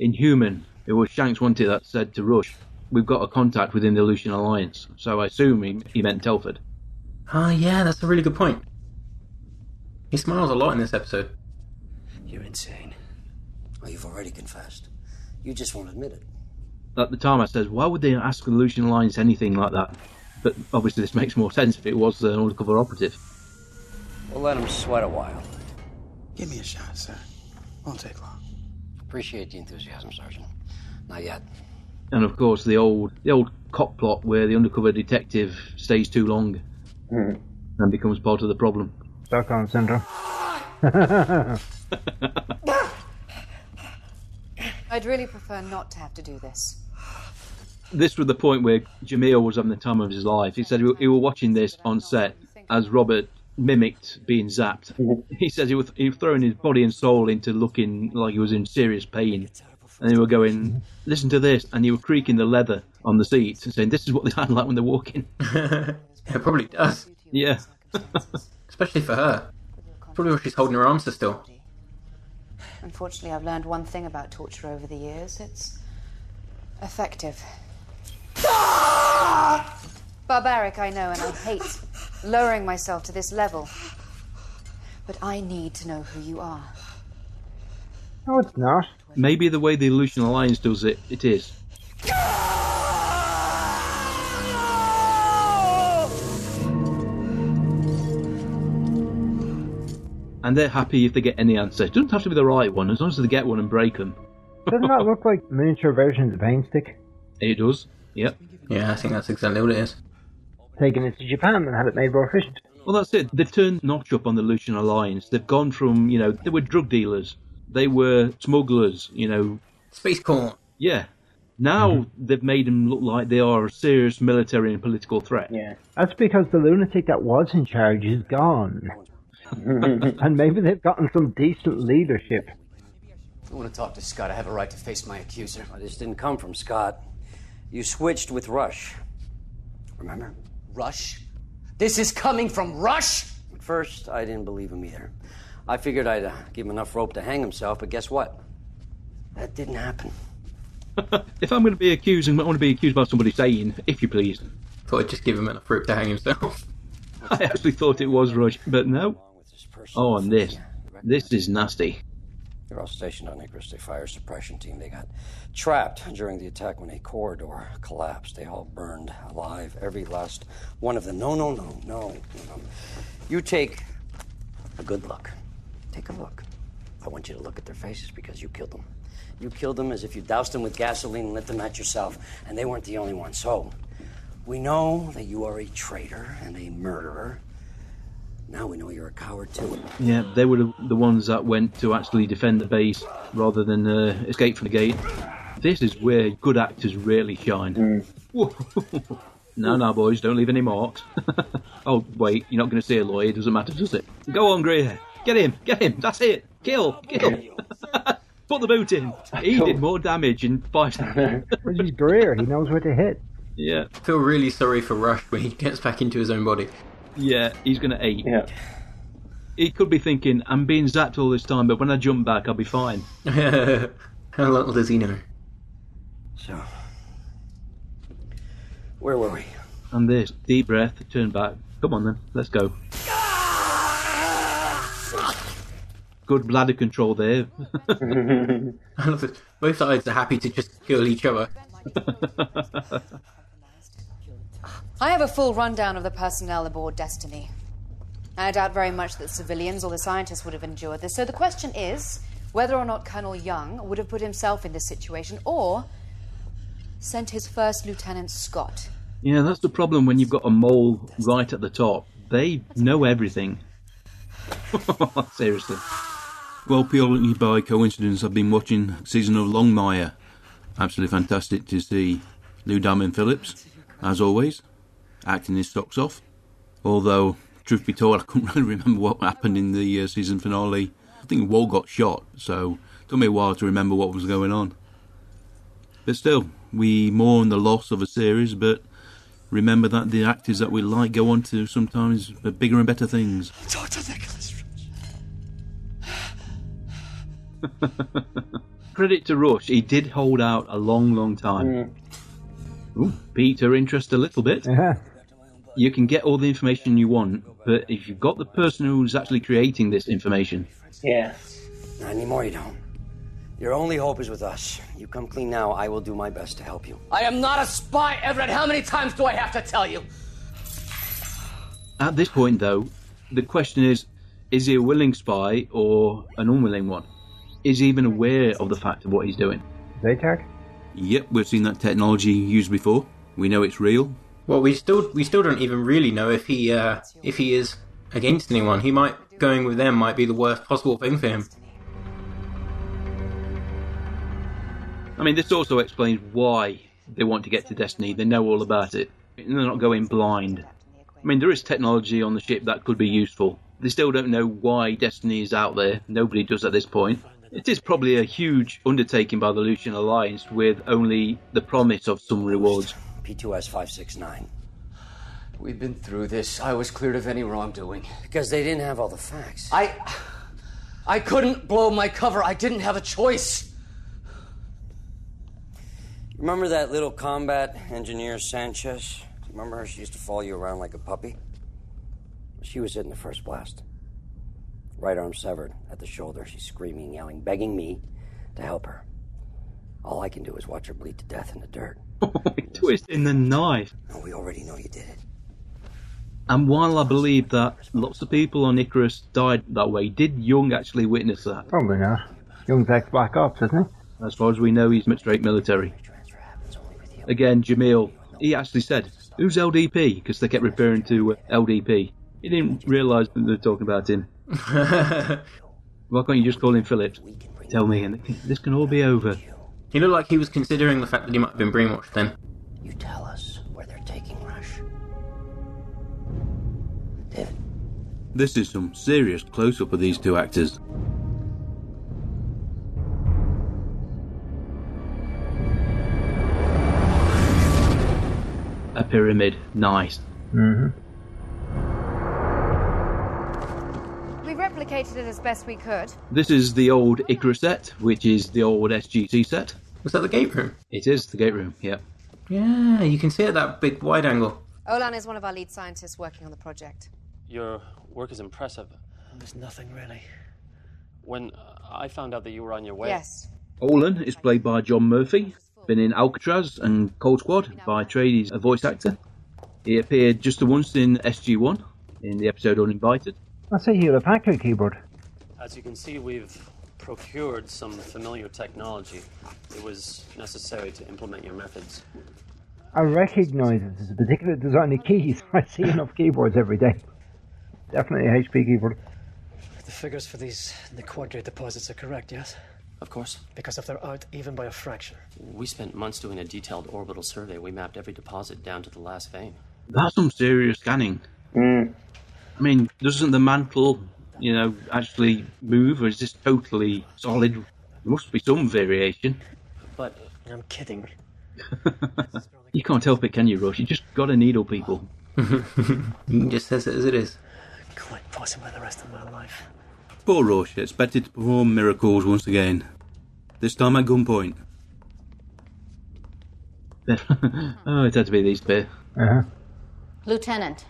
Speaker 1: Inhuman, it was Shanks wanted that said to Rush, We've got a contact within the Lucian Alliance, so I assume he, he meant Telford.
Speaker 13: Ah, yeah, that's a really good point. He smiles a lot in this episode.
Speaker 4: You're insane. Well, you've already confessed. You just won't admit it.
Speaker 1: At the time, I said, Why would they ask the Lucian Alliance anything like that? But obviously, this makes more sense if it was an undercover operative.
Speaker 4: We'll let him sweat a while.
Speaker 21: Give me a shot, sir. Won't take long.
Speaker 4: Appreciate the enthusiasm, Sergeant. Not yet.
Speaker 1: And of course, the old the old cop plot where the undercover detective stays too long
Speaker 9: Mm.
Speaker 1: and becomes part of the problem.
Speaker 8: Stockholm syndrome.
Speaker 22: I'd really prefer not to have to do this.
Speaker 1: this was the point where Jamil was having the time of his life. He said he were watching this on set as Robert mimicked being zapped. He says he was, he was throwing his body and soul into looking like he was in serious pain. And they were going, listen to this. And he were creaking the leather on the seat and saying, this is what they sound like when they're walking.
Speaker 13: It probably does.
Speaker 1: Yeah.
Speaker 13: Especially for her. Probably why she's holding her arms still.
Speaker 22: Unfortunately, I've learned one thing about torture over the years it's effective. Barbaric, I know, and I hate lowering myself to this level. But I need to know who you are.
Speaker 8: No, it's not.
Speaker 1: Maybe the way the Illusion Alliance does it, it is. And they're happy if they get any answer. It doesn't have to be the right one, as long as they get one and break them.
Speaker 8: Doesn't that look like miniature version of the pain stick?
Speaker 1: It does. Yep.
Speaker 13: Yeah, I think that's exactly what it is.
Speaker 8: Taking it to Japan and had it made more efficient.
Speaker 1: Well, that's it. They've turned notch up on the Lucian Alliance. They've gone from, you know, they were drug dealers, they were smugglers, you know.
Speaker 13: Space corn.
Speaker 1: Yeah. Now they've made them look like they are a serious military and political threat.
Speaker 8: Yeah. That's because the lunatic that was in charge is gone. and maybe they've gotten some decent leadership.
Speaker 4: I want to talk to Scott. I have a right to face my accuser. This didn't come from Scott. You switched with Rush. Remember?
Speaker 21: Rush? This is coming from Rush?
Speaker 4: At first, I didn't believe him either. I figured I'd uh, give him enough rope to hang himself, but guess what? That didn't happen.
Speaker 1: If I'm going to be accused, I'm going to be accused by somebody sane, if you please.
Speaker 13: Thought I'd just give him enough rope to hang himself.
Speaker 1: I actually thought it was Rush, but no. Oh, and this. This is nasty.
Speaker 4: They're all stationed on Icarus. They fire suppression team. They got trapped during the attack when a corridor collapsed. They all burned alive, every last one of them. No, no, no, no, no. You take a good look. Take a look. I want you to look at their faces because you killed them. You killed them as if you doused them with gasoline and lit them at yourself, and they weren't the only ones. So, we know that you are a traitor and a murderer. Now we know you're a coward too.
Speaker 1: Yeah, they were the- the ones that went to actually defend the base rather than uh, escape from the gate. This is where good actors really shine. Whoa. no, no, boys, don't leave any marks. oh, wait, you're not going to see a lawyer. Doesn't matter, does it? Go on, Greer. Get him. Get him. That's it. Kill. Kill. Put the boot in. He did more damage in five seconds.
Speaker 8: Which is Greer. He knows where to hit.
Speaker 1: yeah.
Speaker 13: Feel really sorry for Rush when he gets back into his own body.
Speaker 1: Yeah, he's going to eat. Yeah. He could be thinking, I'm being zapped all this time, but when I jump back, I'll be fine.
Speaker 13: How little does he know?
Speaker 4: So, where were we?
Speaker 1: And this deep breath, turn back. Come on then, let's go. Good bladder control there.
Speaker 13: I love it. Both sides are happy to just kill each other.
Speaker 22: I have a full rundown of the personnel aboard Destiny. I doubt very much that civilians or the scientists would have endured this, so the question is whether or not Colonel Young would have put himself in this situation or sent his first lieutenant Scott.
Speaker 1: yeah, that's the problem when you've got a mole right at the top. They know everything. Seriously. Well, purely by coincidence, I've been watching season of Longmire. Absolutely fantastic to see Lou Diamond Phillips, as always, acting his socks off. Although, truth be told, I couldn't really remember what happened in the uh, season finale. I think Wall got shot, so it took me a while to remember what was going on. But still, we mourn the loss of a series, but remember that the actors that we like go on to sometimes bigger and better things.
Speaker 5: Dr. Nicholas
Speaker 1: Credit to Rush, he did hold out a long, long time. Ooh, piqued her interest a little bit. You can get all the information you want, but if you've got the person who's actually creating this information,
Speaker 4: Yeah. Not anymore, you don't. Your only hope is with us. You come clean now, I will do my best to help you.
Speaker 21: I am not a spy, Everett. How many times do I have to tell you?
Speaker 1: at this point though, the question is: Is he a willing spy or an unwilling one? Is he even aware of the fact of what he's doing?
Speaker 8: Zaytag?
Speaker 1: Yep, we've seen that technology used before. We know it's real.
Speaker 13: Well, we still we still don't even really know if he uh, if he is against anyone. He might going with them might be the worst possible thing for him.
Speaker 1: I mean, this also explains why they want to get to Destiny. They know all about it. They're not going blind. I mean, there is technology on the ship that could be useful. They still don't know why Destiny is out there. Nobody does at this point. It is probably a huge undertaking by the Lucian Alliance with only the promise of some rewards.
Speaker 4: P2S 569.
Speaker 21: We've been through this. I was cleared of any wrongdoing.
Speaker 4: Because they didn't have all the facts.
Speaker 21: I. I couldn't blow my cover. I didn't have a choice.
Speaker 4: Remember that little combat engineer Sanchez? Remember her? She used to follow you around like a puppy? She was hit in the first blast. Right arm severed at the shoulder. She's screaming, yelling, begging me
Speaker 3: to help her. All I can do is watch her bleed to death in the dirt.
Speaker 1: Twisting the knife.
Speaker 3: And we already know you did it.
Speaker 1: And while I believe that lots of people on Icarus died that way, did Young actually witness that?
Speaker 8: Probably not. Young's ex Black Ops, isn't
Speaker 1: As far as we know, he's straight military. Again, Jamil, he actually said, Who's LDP? Because they kept referring to uh, LDP. He didn't realise that they were talking about him. Why can't you just call him Phillips? Tell me, and this can all be over.
Speaker 13: He looked like he was considering the fact that he might have been brainwashed then.
Speaker 3: You tell us where they're taking Rush.
Speaker 1: This is some serious close up of these two actors. A pyramid, nice.
Speaker 8: Mm-hmm.
Speaker 22: We replicated it as best we could.
Speaker 1: This is the old Icarus set, which is the old SGT set.
Speaker 13: Was that the gate room?
Speaker 1: It is the gate room, yeah.
Speaker 13: Yeah, you can see it at that big wide angle.
Speaker 22: Olan is one of our lead scientists working on the project.
Speaker 6: Your work is impressive. There's nothing really. When uh, I found out that you were on your way.
Speaker 22: Yes.
Speaker 1: Olan is played by John Murphy, been in Alcatraz and Cold Squad by trade, he's a voice actor. He appeared just the once in SG1 in the episode Uninvited.
Speaker 8: That's a Hewlett Packard keyboard.
Speaker 6: As you can see, we've procured some familiar technology. It was necessary to implement your methods.
Speaker 8: I recognise that there's a particular design of keys. I see enough keyboards every day. Definitely a HP keyboard.
Speaker 12: The figures for these Niquadria deposits are correct, yes?
Speaker 6: Of course.
Speaker 12: Because if they're out even by a fraction,
Speaker 6: We spent months doing a detailed orbital survey. We mapped every deposit down to the last vein.
Speaker 1: That's some serious scanning. I mean, doesn't the mantle, you know, actually move, or is this totally solid? There must be some variation.
Speaker 6: But I'm kidding.
Speaker 1: You can't help it, can you, Rush? You just got to needle people.
Speaker 13: He just says it as it is.
Speaker 12: quite possibly the rest of my life.
Speaker 1: Poor Rush, expected to perform miracles once again. This time at gunpoint. oh, it had to be these bit.
Speaker 8: Uh-huh.
Speaker 15: Lieutenant,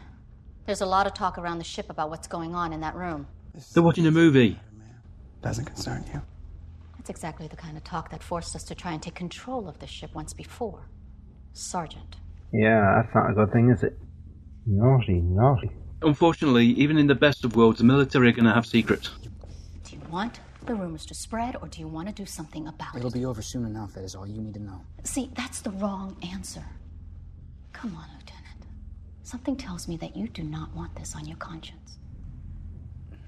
Speaker 15: there's a lot of talk around the ship about what's going on in that room.
Speaker 1: They're watching a movie.
Speaker 23: Doesn't concern you.
Speaker 15: That's exactly the kind of talk that forced us to try and take control of the ship once before. Sergeant.
Speaker 8: Yeah, that's not a good thing, is it? Naughty, naughty.
Speaker 1: Unfortunately, even in the best of worlds, the military are going to have secrets.
Speaker 15: Do you want the rumors to spread or do you want to do something about
Speaker 6: It'll
Speaker 15: it?
Speaker 6: be over soon enough. That is all you need to know.
Speaker 15: See, that's the wrong answer. Come on, Lieutenant. Something tells me that you do not want this on your conscience.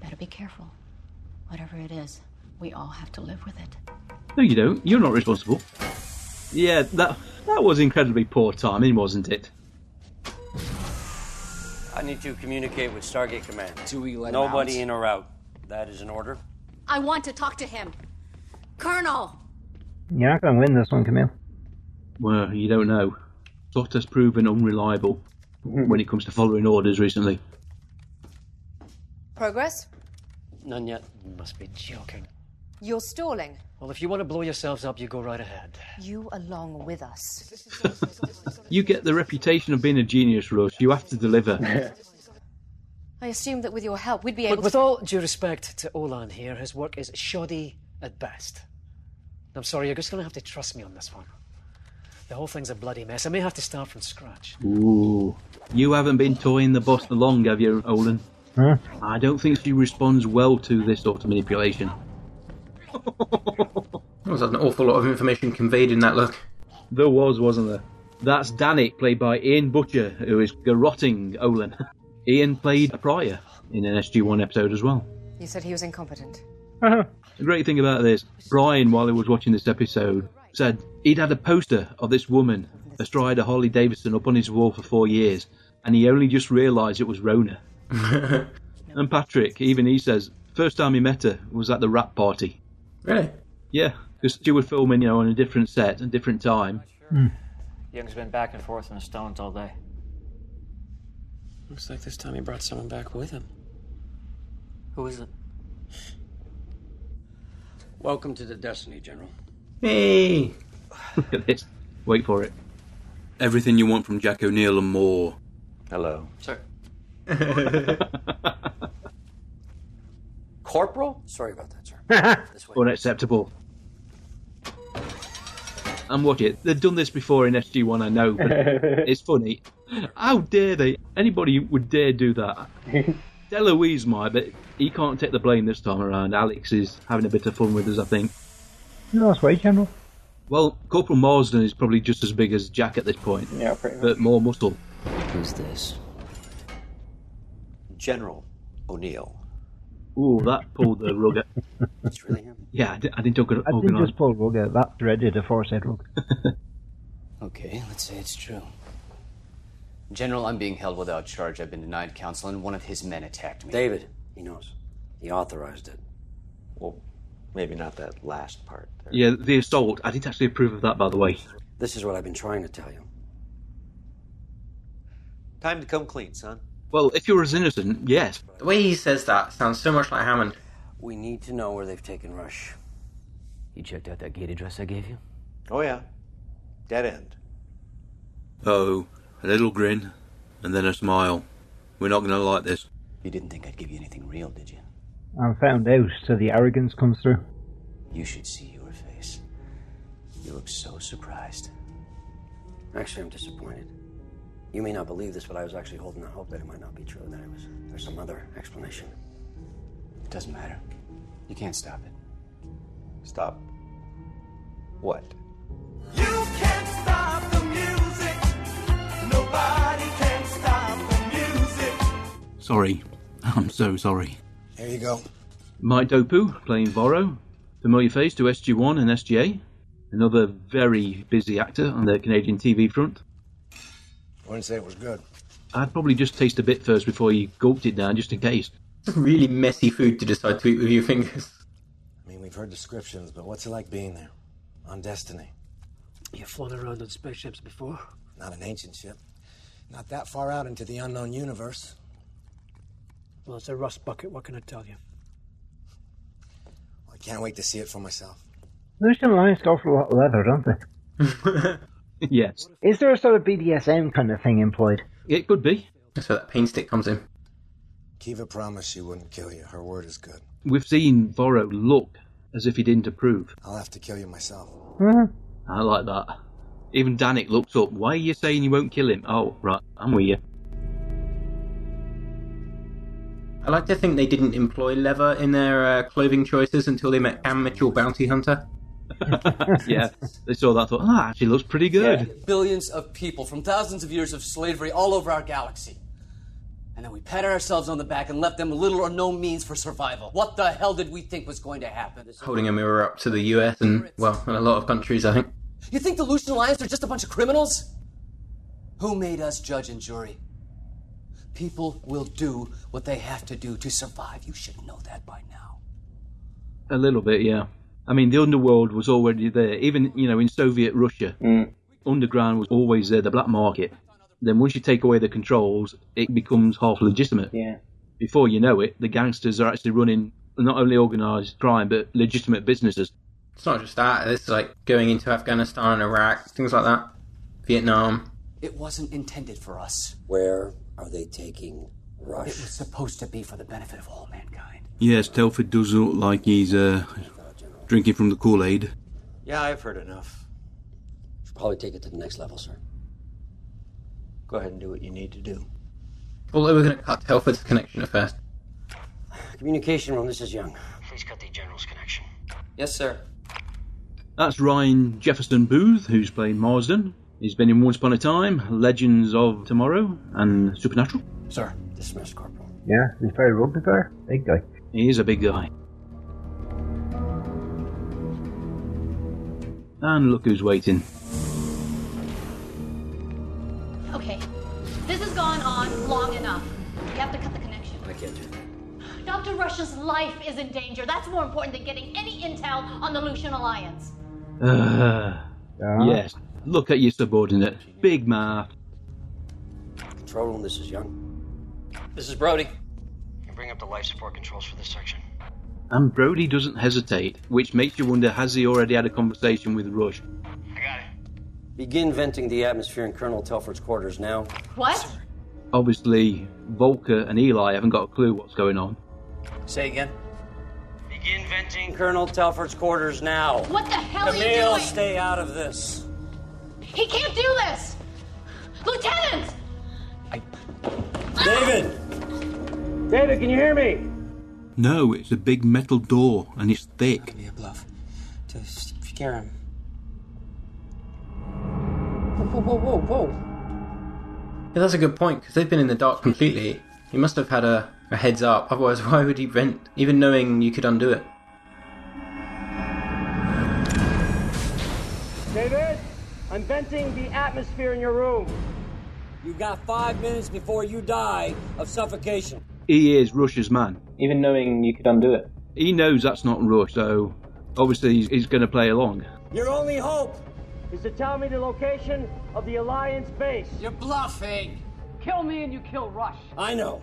Speaker 15: Better be careful. Whatever it is, we all have to live with it.
Speaker 1: No, you don't. You're not responsible. Yeah, that that was incredibly poor timing, wasn't it?
Speaker 24: I need to communicate with Stargate Command. Do we
Speaker 6: let him
Speaker 24: Nobody
Speaker 6: out?
Speaker 24: in or out. That is an order.
Speaker 17: I want to talk to him. Colonel!
Speaker 8: You're not going to win this one, Camille.
Speaker 1: Well, you don't know. Slot has proven unreliable when it comes to following orders recently.
Speaker 22: Progress?
Speaker 6: None yet. You must be joking.
Speaker 22: You're stalling.
Speaker 6: Well, if you want to blow yourselves up, you go right ahead.
Speaker 22: You along with us.
Speaker 1: You get the reputation of being a genius, Rush. You have to deliver.
Speaker 22: I assume that with your help, we'd be able
Speaker 6: Look, with
Speaker 22: to.
Speaker 6: all due respect to Olan here, his work is shoddy at best. I'm sorry, you're just going to have to trust me on this one. The whole thing's a bloody mess. I may have to start from scratch.
Speaker 1: Ooh. You haven't been toying the boss long, have you, Olin?
Speaker 8: Huh?
Speaker 1: I don't think she responds well to this sort of manipulation.
Speaker 13: There was an awful lot of information conveyed in that look.
Speaker 1: There was, wasn't there? That's Danik, played by Ian Butcher, who is garrotting Olin. Ian played a prior in an SG1 episode as well.
Speaker 22: You said he was incompetent.
Speaker 8: Uh-huh.
Speaker 1: The great thing about this, Brian, while he was watching this episode, said he'd had a poster of this woman astride a Harley Davidson up on his wall for four years, and he only just realised it was Rona. and Patrick, even he says, first time he met her was at the rap party.
Speaker 13: Really?
Speaker 1: Yeah, because she was filming, you know, on a different set, a different time.
Speaker 25: Young's been back and forth in the stones all day.
Speaker 6: Looks like this time he brought someone back with him.
Speaker 25: Who is it?
Speaker 24: Welcome to the Destiny, General.
Speaker 1: Hey! Look at this. Wait for it. Everything you want from Jack O'Neill and more.
Speaker 24: Hello.
Speaker 25: Sir.
Speaker 24: Corporal? Sorry about that, sir.
Speaker 1: Unacceptable. and watch it. They've done this before in SG1, I know, but it's funny. How dare they? Anybody would dare do that. DeLuise might, but he can't take the blame this time around. Alex is having a bit of fun with us, I think.
Speaker 8: Last way, General.
Speaker 1: Well, Corporal Marsden is probably just as big as Jack at this point.
Speaker 9: Yeah, pretty much.
Speaker 1: But more muscle.
Speaker 4: Who's this?
Speaker 24: General O'Neill.
Speaker 1: Ooh, that pulled the rug. out.
Speaker 4: It's really him.
Speaker 1: Yeah, I, di- I didn't talk
Speaker 8: I did
Speaker 1: organise.
Speaker 8: just pull rug out. That dreaded aforesaid rug.
Speaker 14: Okay, let's say it's true.
Speaker 4: General, I'm being held without charge. I've been denied counsel, and one of his men attacked me.
Speaker 24: David.
Speaker 4: He knows. He authorized it.
Speaker 24: Well, maybe not that last part.
Speaker 1: Yeah, the assault. I didn't actually approve of that, by the way.
Speaker 4: This is what I've been trying to tell you.
Speaker 24: Time to come clean, son.
Speaker 1: Well, if you're as innocent, yes.
Speaker 13: The way he says that sounds so much like Hammond.
Speaker 4: We need to know where they've taken Rush. You checked out that gate address I gave you?
Speaker 24: Oh, yeah. Dead end.
Speaker 1: Oh, a little grin, and then a smile. We're not going to like this.
Speaker 4: You didn't think I'd give you anything real, did you?
Speaker 8: And found out, so the arrogance comes through.
Speaker 4: You should see your face. You look so surprised. Actually, I'm disappointed. You may not believe this, but I was actually holding out hope that it might not be true, and that it was there's some other explanation. It doesn't matter. You can't stop it.
Speaker 24: Stop. What?
Speaker 1: Sorry. I'm so sorry.
Speaker 7: There you go.
Speaker 1: Mike Dopu playing Voro. Familiar face to SG1 and SGA. Another very busy actor on the Canadian TV front.
Speaker 7: I wouldn't say it was good.
Speaker 1: I'd probably just taste a bit first before you gulped it down, just in case.
Speaker 13: Really messy food to decide to eat with your fingers.
Speaker 7: I mean, we've heard descriptions, but what's it like being there? On Destiny.
Speaker 6: You've flown around on spaceships before.
Speaker 7: Not an ancient ship. Not that far out into the unknown universe.
Speaker 6: Well, it's a rust bucket. What can I tell you?
Speaker 7: I can't wait to see it for myself.
Speaker 8: Lucian Alliance go for a lot of leather, don't they?
Speaker 1: yes.
Speaker 8: Is there a sort of BDSM kind of thing employed?
Speaker 1: It could be.
Speaker 13: That's where that pain stick comes in.
Speaker 7: Kiva promised she wouldn't kill you. Her word is good.
Speaker 1: We've seen Voro look as if he didn't approve.
Speaker 7: I'll have to kill you myself.
Speaker 8: Uh-huh.
Speaker 1: I like that. Even Danik looks up. Why are you saying you won't kill him? Oh, right, I'm with you.
Speaker 13: I like to think they didn't employ leather in their uh, clothing choices until they met Cam Mitchell, bounty hunter.
Speaker 1: yeah, they saw that thought, ah, actually looks pretty good.
Speaker 21: Billions of people from thousands of years of slavery all over our galaxy. And then we patted ourselves on the back and left them with little or no means for survival. What the hell did we think was going to happen?
Speaker 13: Holding a mirror up to the US and, well, in a lot of countries, I think.
Speaker 21: You think the Lucian Alliance are just a bunch of criminals? Who made us judge and jury? People will do what they have to do to survive. You should know that by now.
Speaker 1: A little bit, yeah. I mean, the underworld was already there. Even, you know, in Soviet Russia, underground was always there, the black market. Then once you take away the controls, it becomes half legitimate.
Speaker 9: Yeah.
Speaker 1: Before you know it, the gangsters are actually running not only organised crime, but legitimate businesses.
Speaker 13: It's not just that, it's like going into Afghanistan and Iraq, things like that. Vietnam.
Speaker 21: It wasn't intended for us.
Speaker 4: Where are they taking
Speaker 21: It
Speaker 4: Rush?
Speaker 21: was supposed to be for the benefit of all mankind.
Speaker 1: Yes, Telford does look like he's uh, drinking from the Kool Aid.
Speaker 24: Yeah, I've heard enough.
Speaker 4: Should probably take it to the next level, sir.
Speaker 24: Go ahead and do what you need to do.
Speaker 13: Although we're going to cut Telford's connection at first.
Speaker 4: Communication room, this is Young.
Speaker 24: Please cut the general's connection.
Speaker 21: Yes, sir.
Speaker 1: That's Ryan Jefferson Booth, who's playing Marsden. He's been in Once Upon a Time, Legends of Tomorrow, and Supernatural.
Speaker 4: Sir. Dismissed, Corporal.
Speaker 8: Yeah, he's very rugby player. Big guy.
Speaker 1: He is a big guy. And look who's waiting.
Speaker 15: Okay, this has gone on long enough. You have to cut the connection.
Speaker 4: I can't do that.
Speaker 15: Dr. Rush's life is in danger. That's more important than getting any intel on the Lucian Alliance.
Speaker 1: Uh,
Speaker 8: Uh-huh.
Speaker 1: Yes. Look at your subordinate. Big mouth.
Speaker 4: Control room, this is Young.
Speaker 24: This is Brody. Can bring up the life support controls for this section.
Speaker 1: And Brody doesn't hesitate, which makes you wonder has he already had a conversation with Rush?
Speaker 4: Begin venting the atmosphere in Colonel Telford's quarters now.
Speaker 15: What?
Speaker 1: Obviously, Volker and Eli haven't got a clue what's going on.
Speaker 24: Say again. Begin venting.
Speaker 10: Colonel Telford's quarters now.
Speaker 17: What the hell
Speaker 10: Camille,
Speaker 17: are you doing?
Speaker 10: stay out of this.
Speaker 17: He can't do this! Lieutenant! Ah!
Speaker 10: David!
Speaker 24: David, can you hear me?
Speaker 1: No, it's a big metal door and it's thick.
Speaker 10: Be a bluff. To scare him.
Speaker 13: Whoa, whoa, whoa, whoa. Yeah, that's a good point because they've been in the dark completely. He must have had a, a heads up. Otherwise, why would he rent, even knowing you could undo it?
Speaker 24: David, I'm venting the atmosphere in your room.
Speaker 10: You've got five minutes before you die of suffocation.
Speaker 1: He is Rush's man.
Speaker 9: Even knowing you could undo it.
Speaker 1: He knows that's not Rush, so obviously he's, he's going to play along.
Speaker 10: Your only hope
Speaker 24: is to tell me the location of the Alliance base.
Speaker 10: You're bluffing.
Speaker 24: Kill me and you kill Rush.
Speaker 10: I know.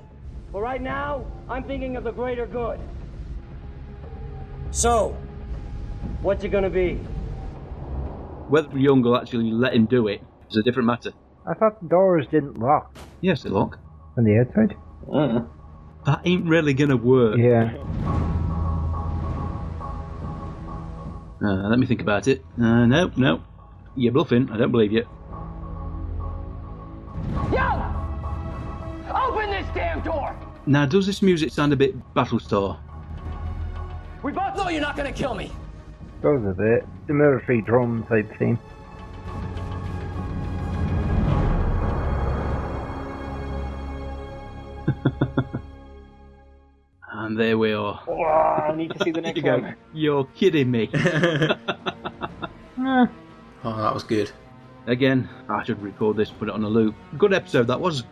Speaker 24: But right now, I'm thinking of the greater good.
Speaker 10: So,
Speaker 24: what's it going to be?
Speaker 1: Whether Young will actually let him do it is a different matter.
Speaker 8: I thought the doors didn't lock.
Speaker 1: Yes, they lock.
Speaker 8: On the outside?
Speaker 1: That ain't really going to work.
Speaker 8: Yeah.
Speaker 1: Uh, let me think about it. Uh, no, no. You're bluffing. I don't believe you.
Speaker 24: Yo! Open this damn door!
Speaker 1: Now, does this music sound a bit Battlestar?
Speaker 24: We both know you're not going to kill me.
Speaker 8: Those are the, the military drum type thing.
Speaker 1: And there we are.
Speaker 9: Oh, I need to see the next
Speaker 1: you go.
Speaker 9: one.
Speaker 1: You're kidding me.
Speaker 8: oh,
Speaker 13: that was good.
Speaker 1: Again, I should record this, put it on a loop. Good episode that was.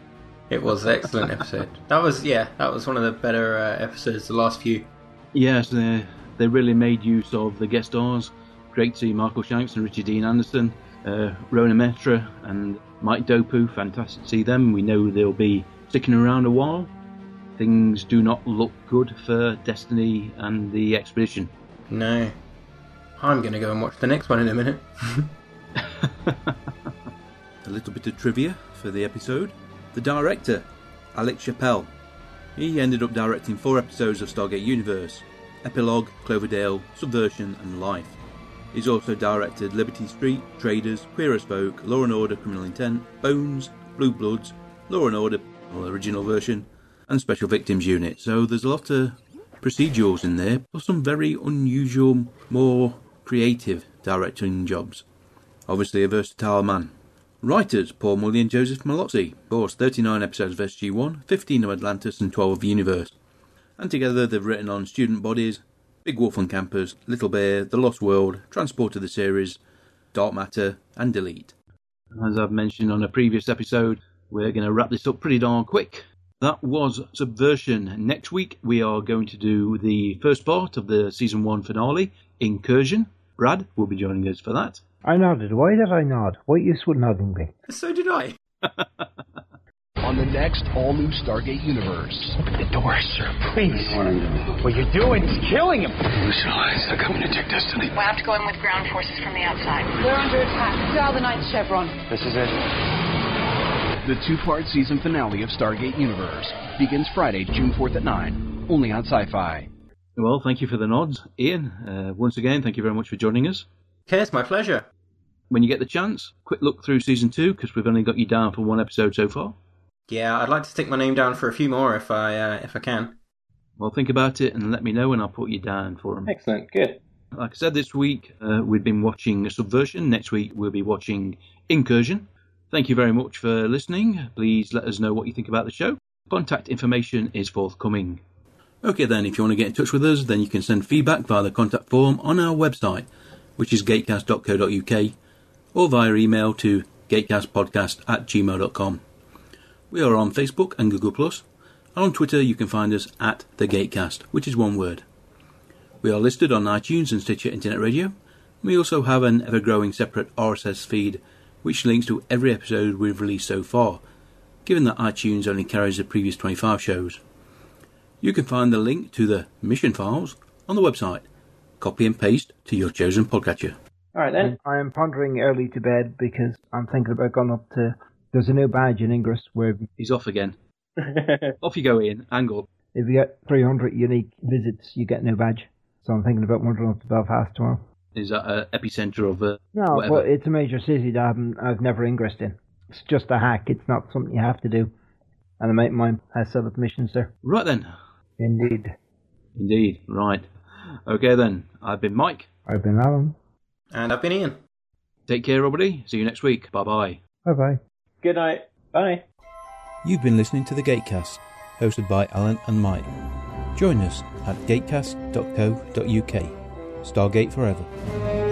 Speaker 13: It was an excellent episode. That was yeah, that was one of the better uh, episodes. The last few.
Speaker 1: Yes, they they really made use of the guest stars: Craig T, Michael Shanks, and Richard Dean Anderson, uh, Rona Metra, and Mike Dopu. Fantastic to see them. We know they'll be sticking around a while. Things do not look good for Destiny and the expedition.
Speaker 13: No, I'm gonna go and watch the next one in a minute.
Speaker 1: A little bit of trivia for the episode. The director, Alex Chappell. He ended up directing four episodes of Stargate Universe Epilogue, Cloverdale, Subversion, and Life. He's also directed Liberty Street, Traders, Queer as Folk, Law and Order Criminal Intent, Bones, Blue Bloods, Law and Order, well, original version, and Special Victims Unit. So there's a lot of procedurals in there, plus some very unusual, more creative directing jobs. Obviously, a versatile man. Writers Paul Mully and Joseph Malozzi, course 39 episodes of SG1, 15 of Atlantis, and 12 of Universe. And together they've written on Student Bodies, Big Wolf on Campus, Little Bear, The Lost World, Transport of the Series, Dark Matter, and Delete. As I've mentioned on a previous episode, we're going to wrap this up pretty darn quick. That was Subversion. Next week we are going to do the first part of the season one finale, Incursion. Brad will be joining us for that.
Speaker 8: I nodded. Why did I nod? What use would nodding be?
Speaker 13: So did I.
Speaker 11: On the next all-new Stargate Universe. Open the door, sir, please.
Speaker 10: What you're doing is killing him.
Speaker 11: Lucid Alliance, they're coming to take Destiny.
Speaker 18: We'll have to go in with ground forces from the outside.
Speaker 22: We're under attack. Dial the ninth chevron.
Speaker 11: This is it. The two-part season finale of Stargate Universe begins Friday, June 4th at 9, only on Sci-Fi.
Speaker 1: Well, thank you for the nods, Ian. Uh, once again, thank you very much for joining us.
Speaker 13: Okay, it's my pleasure.
Speaker 1: When you get the chance, quick look through season two because we've only got you down for one episode so far.
Speaker 13: Yeah, I'd like to stick my name down for a few more if I uh, if I can.
Speaker 1: Well, think about it and let me know, and I'll put you down for them.
Speaker 9: Excellent, good.
Speaker 1: Like I said, this week uh, we've been watching Subversion. Next week we'll be watching Incursion. Thank you very much for listening. Please let us know what you think about the show. Contact information is forthcoming. Okay, then, if you want to get in touch with us, then you can send feedback via the contact form on our website, which is gatecast.co.uk, or via email to gatecastpodcast at gmail.com. We are on Facebook and Google, Plus, and on Twitter you can find us at The Gatecast, which is one word. We are listed on iTunes and Stitcher Internet Radio. We also have an ever growing separate RSS feed which links to every episode we've released so far, given that iTunes only carries the previous 25 shows. You can find the link to the mission files on the website. Copy and paste to your chosen podcatcher.
Speaker 9: All right then.
Speaker 8: I am pondering early to bed because I'm thinking about going up to. There's a new badge in Ingress where
Speaker 1: He's off again. off you go, Ian. Angle.
Speaker 8: if you get 300 unique visits, you get a new badge. So I'm thinking about wandering up to Belfast tomorrow.
Speaker 1: Is that an epicenter of uh,
Speaker 8: No,
Speaker 1: whatever?
Speaker 8: but it's a major city that I haven't, I've never ingressed in. It's just a hack. It's not something you have to do. And a mate of mine has set up missions there.
Speaker 1: Right then.
Speaker 8: Indeed.
Speaker 1: Indeed. Right. Okay then. I've been Mike.
Speaker 8: I've been Alan.
Speaker 13: And I've been Ian.
Speaker 1: Take care, everybody. See you next week. Bye bye.
Speaker 8: Bye bye.
Speaker 9: Good night. Bye.
Speaker 1: You've been listening to the Gatecast, hosted by Alan and Mike. Join us at gatecast.co.uk. Stargate forever.